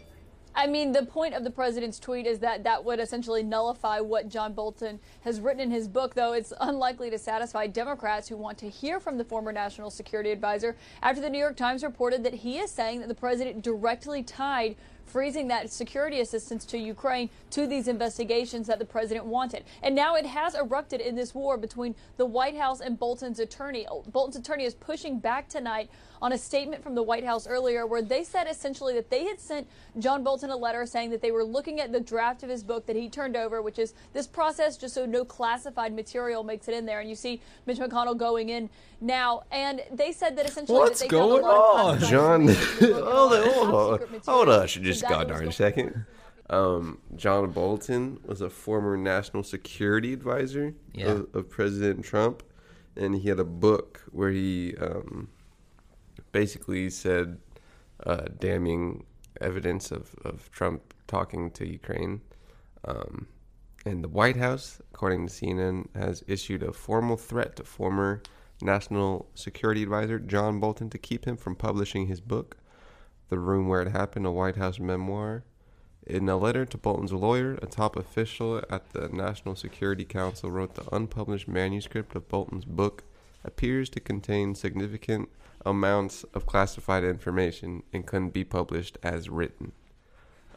I mean, the point of the president's tweet is that that would essentially nullify what John Bolton has written in his book, though it's unlikely to satisfy Democrats who want to hear from the former national security advisor after the New York Times reported that he is saying that the president directly tied freezing that security assistance to Ukraine to these investigations that the president wanted. And now it has erupted in this war between the White House and Bolton's attorney. Bolton's attorney is pushing back tonight on a statement from the White House earlier where they said essentially that they had sent John Bolton a letter saying that they were looking at the draft of his book that he turned over, which is this process just so no classified material makes it in there. And you see Mitch McConnell going in now. And they said that essentially What's that they going found a lot on, of classified John, information in the book and a hold lot on, of hold on, top-secret hold material. on, should just So that was goddamn going- second. Um, John Bolton was a former national security advisor Yeah. of, of President Trump, and he had a book where he um, basically said uh, damning evidence of, of Trump talking to Ukraine. Um, And the White House, according to CNN, has issued a formal threat to former National Security Advisor John Bolton to keep him from publishing his book, The Room Where It Happened, a White House memoir. In a letter to Bolton's lawyer, a top official at the National Security Council wrote the unpublished manuscript of Bolton's book appears to contain significant amounts of classified information and couldn't be published as written.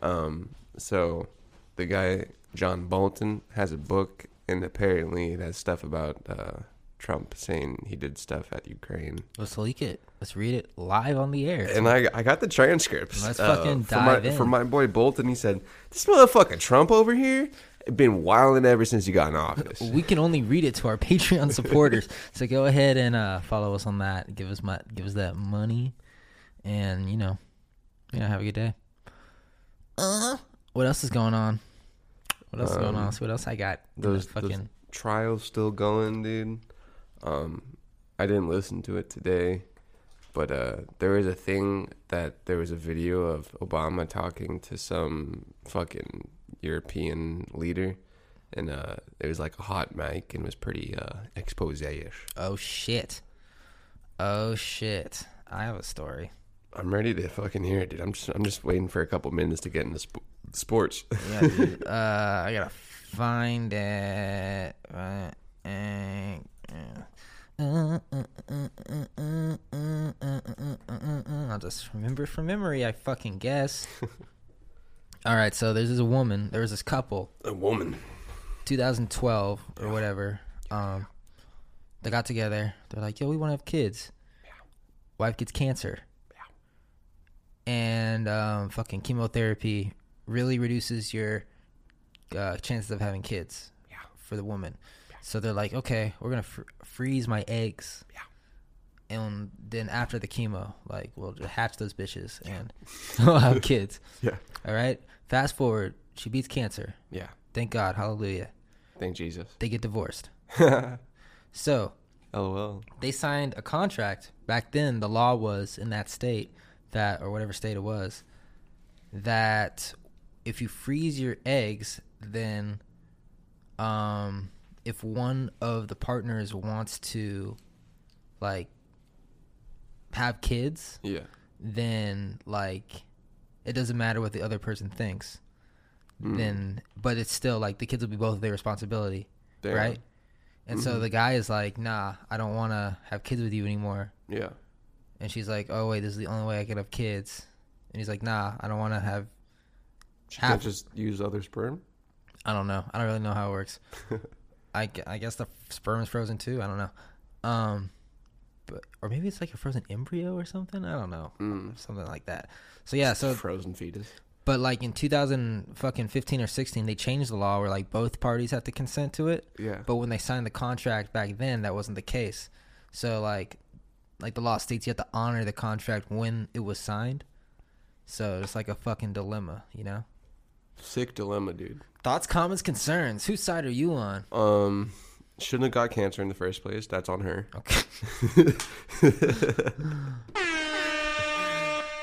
Um, so the guy John Bolton has a book, and apparently it has stuff about uh, Trump saying he did stuff at Ukraine. Let's leak it. Let's read it live on the air. And I, I got the transcripts. Uh, Let's fucking for dive my, in. For my boy Bolton, he said, "This motherfucker Trump over here been wilding ever since he got in office." we can only read it to our Patreon supporters. so go ahead and uh, follow us on that. Give us my, give us that money, and you know, you know, have a good day. Uh, what else is going on? What else is going Uh-huh. Um, on? Let's see what else I got? in the those, fucking. those trials still going, dude. Um, I didn't listen to it today, but uh, there was a thing that there was a video of Obama talking to some fucking European leader, and uh, it was like a hot mic and was pretty uh, expose ish. Oh shit! Oh shit! I have a story. I'm ready to fucking hear it, dude. I'm just I'm just waiting for a couple minutes to get into sp- sports. Yeah, dude. uh, I gotta find it. Uh, uh, uh, uh, uh, uh, uh, uh, uh, uh, uh, uh, I'll just remember from memory. I fucking guess. All right, so there's this woman. There was this couple. A woman. 2012 or whatever. Um, they got together. They're like, "Yo, we want to have kids." Wife gets cancer. And um, fucking chemotherapy really reduces your uh, chances of having kids for the woman. So they're like, okay, we're gonna fr- freeze my eggs. And then after the chemo, like we'll just hatch those bitches and we'll have kids. Yeah. All right. Fast forward, she beats cancer. Yeah. Thank God. Hallelujah. Thank Jesus. They get divorced. so LOL. they signed a contract back then the law was in that state that or whatever state it was that if you freeze your eggs then um if one of the partners wants to like have kids Yeah. then like it doesn't matter what the other person thinks Mm. then but it's still like the kids will be both their responsibility Damn. right and so Mhm. the guy is like nah i don't want to have kids with you anymore Yeah. and she's like oh wait this is the only way i can have kids and he's like nah i don't want to have She half can't just use other sperm. I don't know. I don't really know how it works. I, gu- I guess the sperm is frozen too. I don't know. Um, but or maybe it's like a frozen embryo or something. I don't know. Something like that. So yeah. So frozen fetus. But like in 2000 fucking 15 or 16, they changed the law where like both parties have to consent to it. Yeah. But when they signed the contract back then, that wasn't the case. So like, like the law states you have to honor the contract when it was signed. So it's like a fucking dilemma, you know. Sick dilemma, dude. Thoughts, comments, concerns. Whose side are you on? Um, shouldn't have got cancer in the first place. That's on her. Okay.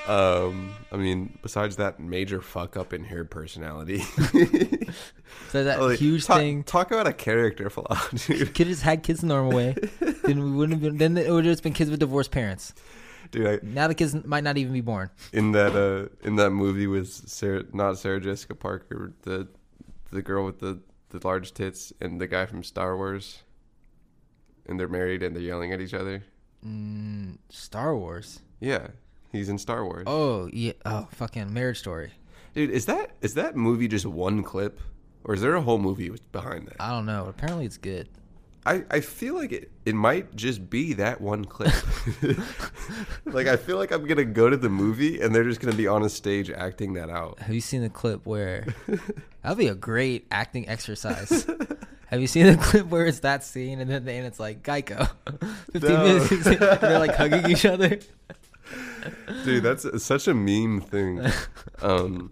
um, I mean, besides that major fuck up in her personality. So that huge Oh, talk, thing- Talk about a character flaw, dude. Could have just had kids the normal way. then we wouldn't have been. Then it would have just been kids with divorced parents. Dude, I, Now the kids might not even be born. in that uh in that movie with Sarah, not Sarah Jessica Parker, the the girl with the the large tits and the guy from Star Wars, and they're married and they're yelling at each other. Mm, Star Wars. Yeah, he's in Star Wars. Oh yeah. Oh fucking Marriage Story. Dude, is that is that movie just one clip, or is there a whole movie with- behind that? I don't know. Apparently it's good. I, I feel like it, it might just be that one clip. like I feel like I'm gonna go to the movie and they're just gonna be on a stage acting that out. Have you seen the clip where that'd be a great acting exercise? Have you seen the clip where it's that scene and then at the end it's like Geico, fifteen No. minutes, in, they're like hugging each other. Dude, that's such a meme thing. Um,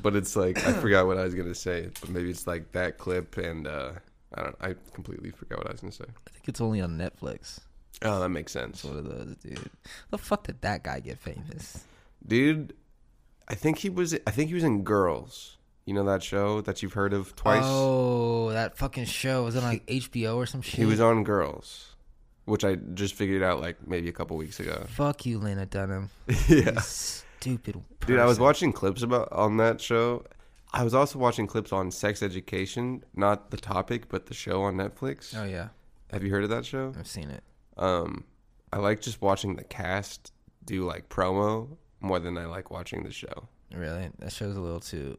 but it's like I forgot what I was gonna say. But maybe it's like that clip and uh, I don't. I completely forgot what I was gonna say. I think it's only on Netflix. Oh, that makes sense, One of those, dude. The fuck did that guy get famous? dude. I think he was. I think he was in Girls. You know that show that you've heard of twice? Oh, that fucking show was it on like HBO or some shit. He was on Girls, which I just figured out like maybe a couple weeks ago. Fuck you, Lena Dunham. Yeah. You stupid. Dude, I was person. watching clips about on that show. I was also watching clips on sex education, not the topic, but the show on Netflix. Oh yeah, Have you heard of that show? I've seen it. Um, I like just watching the cast do like promo more than I like watching the show. Really, that show's a little too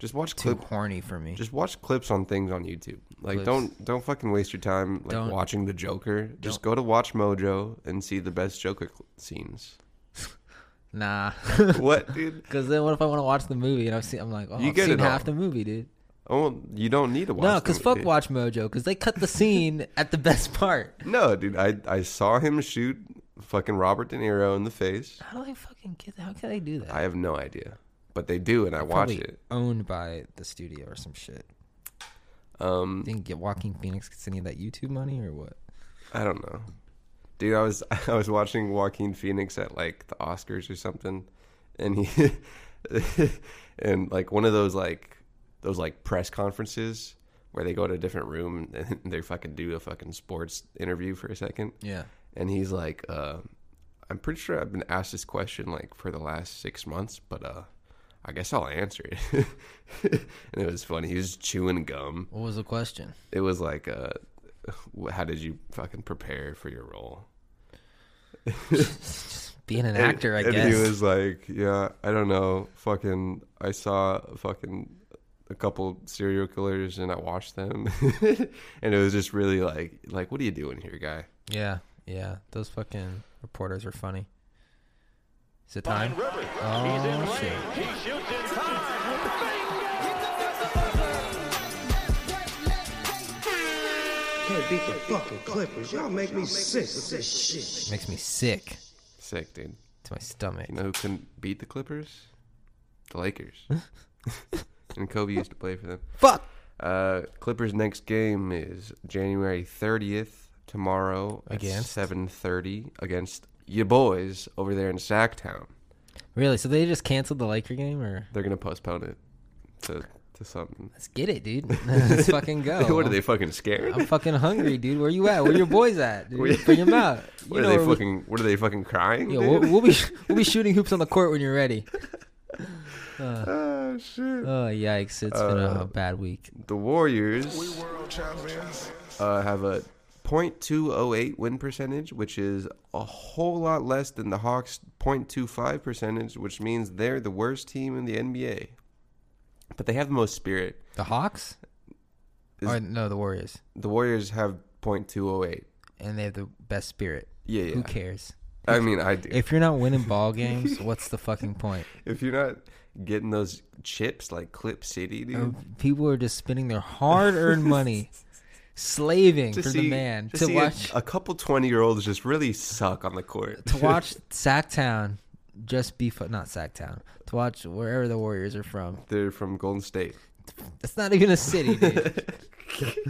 Just watch too clip. horny for me. Just watch clips on things on YouTube. Like Clips. don't don't fucking waste your time like Don't- watching the Joker. Just go to Watch Mojo and see the best Joker cl- scenes. Nah. What, dude? Because then what if I want to watch the movie and I've seen? I'm like, oh, You I've get seen it half all. the movie, dude. Oh, you don't need to watch. no, the because fuck movie. Watch Mojo, because they cut the scene at the best part. No, dude, I I saw him shoot fucking Robert De Niro in the face. How do they fucking get that? How can they do that? I have no idea, but they do, and I watch Probably it. Owned by the studio or some shit. Um, Didn't get Walking Phoenix gets any of that YouTube money or what? I don't know, dude. I was I was watching Joaquin Phoenix at like the Oscars or something, and he and like one of those like those like press conferences where they go to a different room and they fucking do a fucking sports interview for a second. Yeah. and he's like, uh, I'm pretty sure I've been asked this question like for the last six months, but uh, I guess I'll answer it. and it was funny. He was chewing gum. What was the question? It was like, uh, how did you fucking prepare for your role? Being an And- actor, I and guess. he was like, yeah, I don't know. Fucking, I saw fucking a couple serial killers and I watched them, and it was just really like, like, what are you doing here, guy? yeah, yeah. Those fucking reporters are funny. Is it time? Oh shit! Can't beat the fucking Clippers. Y'all make me sick with this shit. Makes me sick Sick, dude. to my stomach. You know who couldn't beat the Clippers? The Lakers. and Kobe used to play for them. Fuck. Uh, Clippers next game is January 30th tomorrow Against? at 7:30 against your boys over there in Sacktown. Really? So they just canceled the Laker game, or They're gonna postpone it to to something. let's get it, dude. let's fucking go. what are they fucking scared? I'm fucking hungry, dude. Where you at? Where your boys at? Dude? Where- Bring them out. You what know are they where we- fucking? What are they fucking crying? Yo, dude? we'll, we'll be we'll be shooting hoops on the court when you're ready. oh shit! Oh yikes! It's been Uh, a bad week. The Warriors uh, have a .208 win percentage, which is a whole lot less than the Hawks' .25 percentage, which means they're the worst team in the NBA. But they have the most spirit. The Hawks? Is- or no, the Warriors, The Warriors have .208. and they have the best spirit. Yeah, yeah. Who cares? I mean, I do. If, If you're not winning ball games, what's the fucking point? you're not getting those chips like Clip City, dude, Uh, People are just spending their hard-earned money, slaving to for see- the man to, see a- watch a, couple twenty-year-olds just really suck on the court. to watch Sacktown just be fu- not Sacktown to watch wherever the Warriors are from. They're from Golden State. That's not even a city, dude.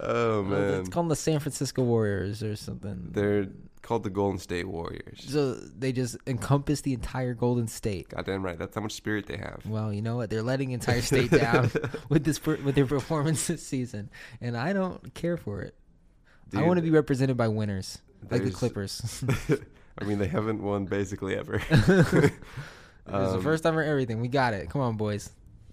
Oh man, it's called the San Francisco Warriors or something. they're called the Golden State Warriors. So they just encompass the entire Golden State. Goddamn right. That's how much spirit they have. Well, you know what? They're letting the entire state down with this per- with their performance this season, and I don't care for it. I Dude, want to be represented by winners, like the there's- Clippers. I mean, they haven't won basically ever. It um, was the first time for everything. We got it. Come on, boys.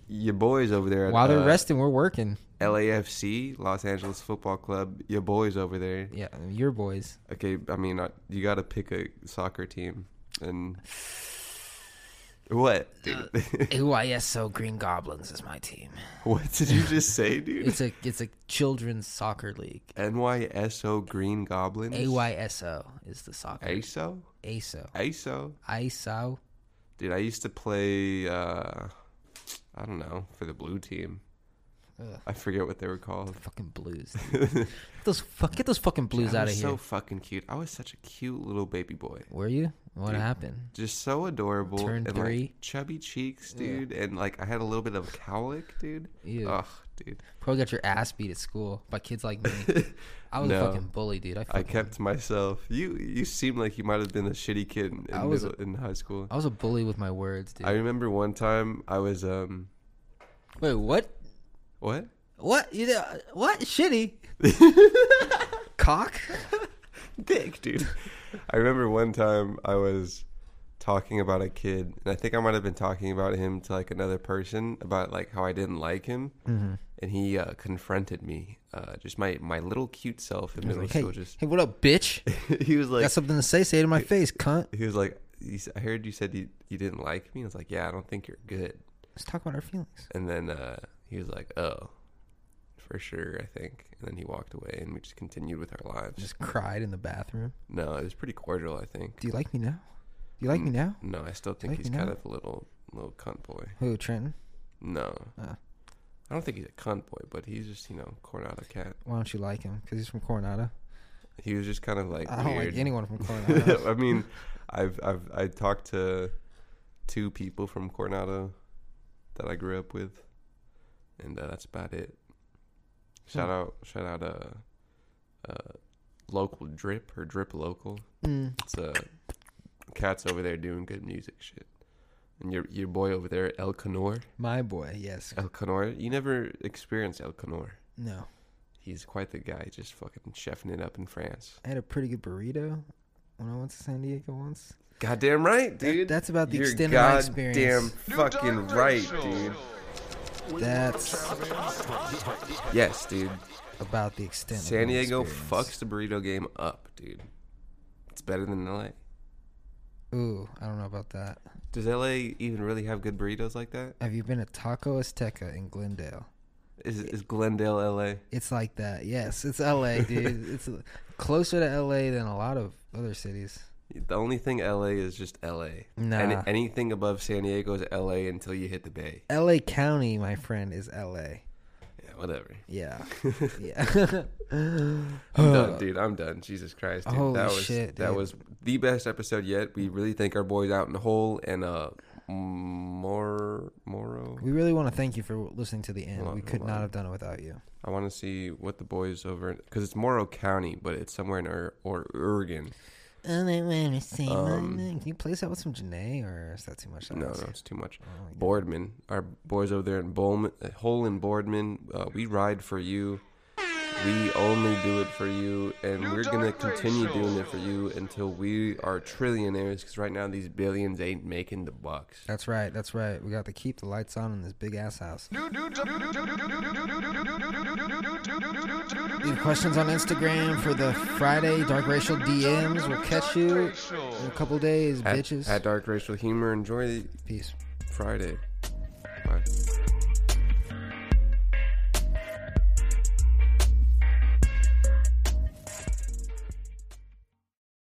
your boys over there at While they're uh, resting, we're working. LAFC, Los Angeles Football Club. Your boys over there. Yeah, your boys. Okay, I mean, uh, you got to pick a soccer team and what? Dude? Uh, AYSO Green Goblins is my team. what did you just say, dude? It's a it's a children's soccer league. NYSO Green Goblins. AYSO is the soccer. ASO. ASO. ASO. ISO. Dude, I used to play. uh I don't know for the blue team. I forget what they were called. Fucking blues. Get those fuck. Get those fucking blues I out of was here. So fucking cute. I was such a cute little baby boy. Were you? What Dude, happened? Just so adorable. Turned and three? Like chubby cheeks, dude, and like I had a little bit of a cowlick, dude. Ew. Ugh, dude. Probably got your ass beat at school by kids like me. I was No. a fucking bully, dude. I, I fucking, kept myself. You you seem like you might have been a shitty kid in, I in was middle- in high school. I was a Oh, bully with my words, dude. I remember one time I was um Wait, what? what? What? You know, what? Shitty. Cock. dick, dude. I remember one time I was talking about a kid, and I think I might have been talking about him to like another person about like how I didn't like him, Mhm. and he uh, confronted me, uh, just my my little cute self in I was middle like, hey, school. Just hey, what up, bitch? he was like, got something to say? Say it in my face, cunt. he was like, he s- I heard you said you, you didn't like me. I was like, yeah, I don't think you're good. Let's talk about our feelings. And then uh, he was like, oh, for sure, I think. And then he walked away, and we just continued with our lives. Just cried in the bathroom. no, it was pretty cordial, I think. Do you like me now? Do you like me now? No, I still think Like he's now? kind of a little little cunt boy. Who, Trenton? No, Ah. I don't think he's a cunt boy, but he's just you know Coronado cat. Why don't you like him? Because he's from Coronado. He was just kind of like I don't like weird. anyone from Coronado. I mean, I've I've I talked to two people from Coronado that I grew up with, and uh, that's about it. Hmm. Shout out shout out uh, uh local drip or drip local. Mm. It's uh cats over there doing good music shit, and your your boy over there El Canor. My boy, yes. El Canor. You never experienced El Canor. No. He's quite the guy, just fucking chefing it up in France. I had a pretty good burrito when I went to San Diego once. Goddamn right, dude. that's about the You're extent of my goddamn experience. fucking right, dude. That's Yes, dude. about the extent. San of my Diego experience. fucks the burrito game up, dude. It's better than LA. Ooh, I don't know about that. Does LA even really have good burritos like that? Have you been at Taco Azteca in Glendale? Is is Glendale LA? It's like that. Yes, it's L.A., dude. it's closer to L.A. than a lot of other cities. The only thing LA is just LA. Nah. And anything above San Diego is LA until you hit the bay. L.A. County, my friend, is L.A. Yeah, whatever. Yeah, yeah. I'm done, dude. I'm done. Jesus Christ, dude. Uh, Holy that was shit, that dude. was the best episode yet. We really thank our boys out in the hole and uh more Moro. we really want to thank you for listening to the end. Hold on, we could hold not on. have done it without you. I want to see what the boys over because it's Morrow County, but it's somewhere in or, or Oregon. Oh, they want to say my Um, name. Can you play us out with some Janae, or is that too much? to No, ask? no, it's too much. Oh, Boardman, our boys over there in Bowman, uh, Hole in Boardman. Uh, we ride for you. We only do it for you, and we're gonna continue doing it for you until we are trillionaires. Because right now, these billions ain't making the bucks. That's right. That's right. We got to keep the lights on in this big ass house. Leave questions on Instagram for the Friday Dark Racial DMs. We'll catch you in a couple days, at, bitches. at Dark Racial Humor. Enjoy the Peace. Friday.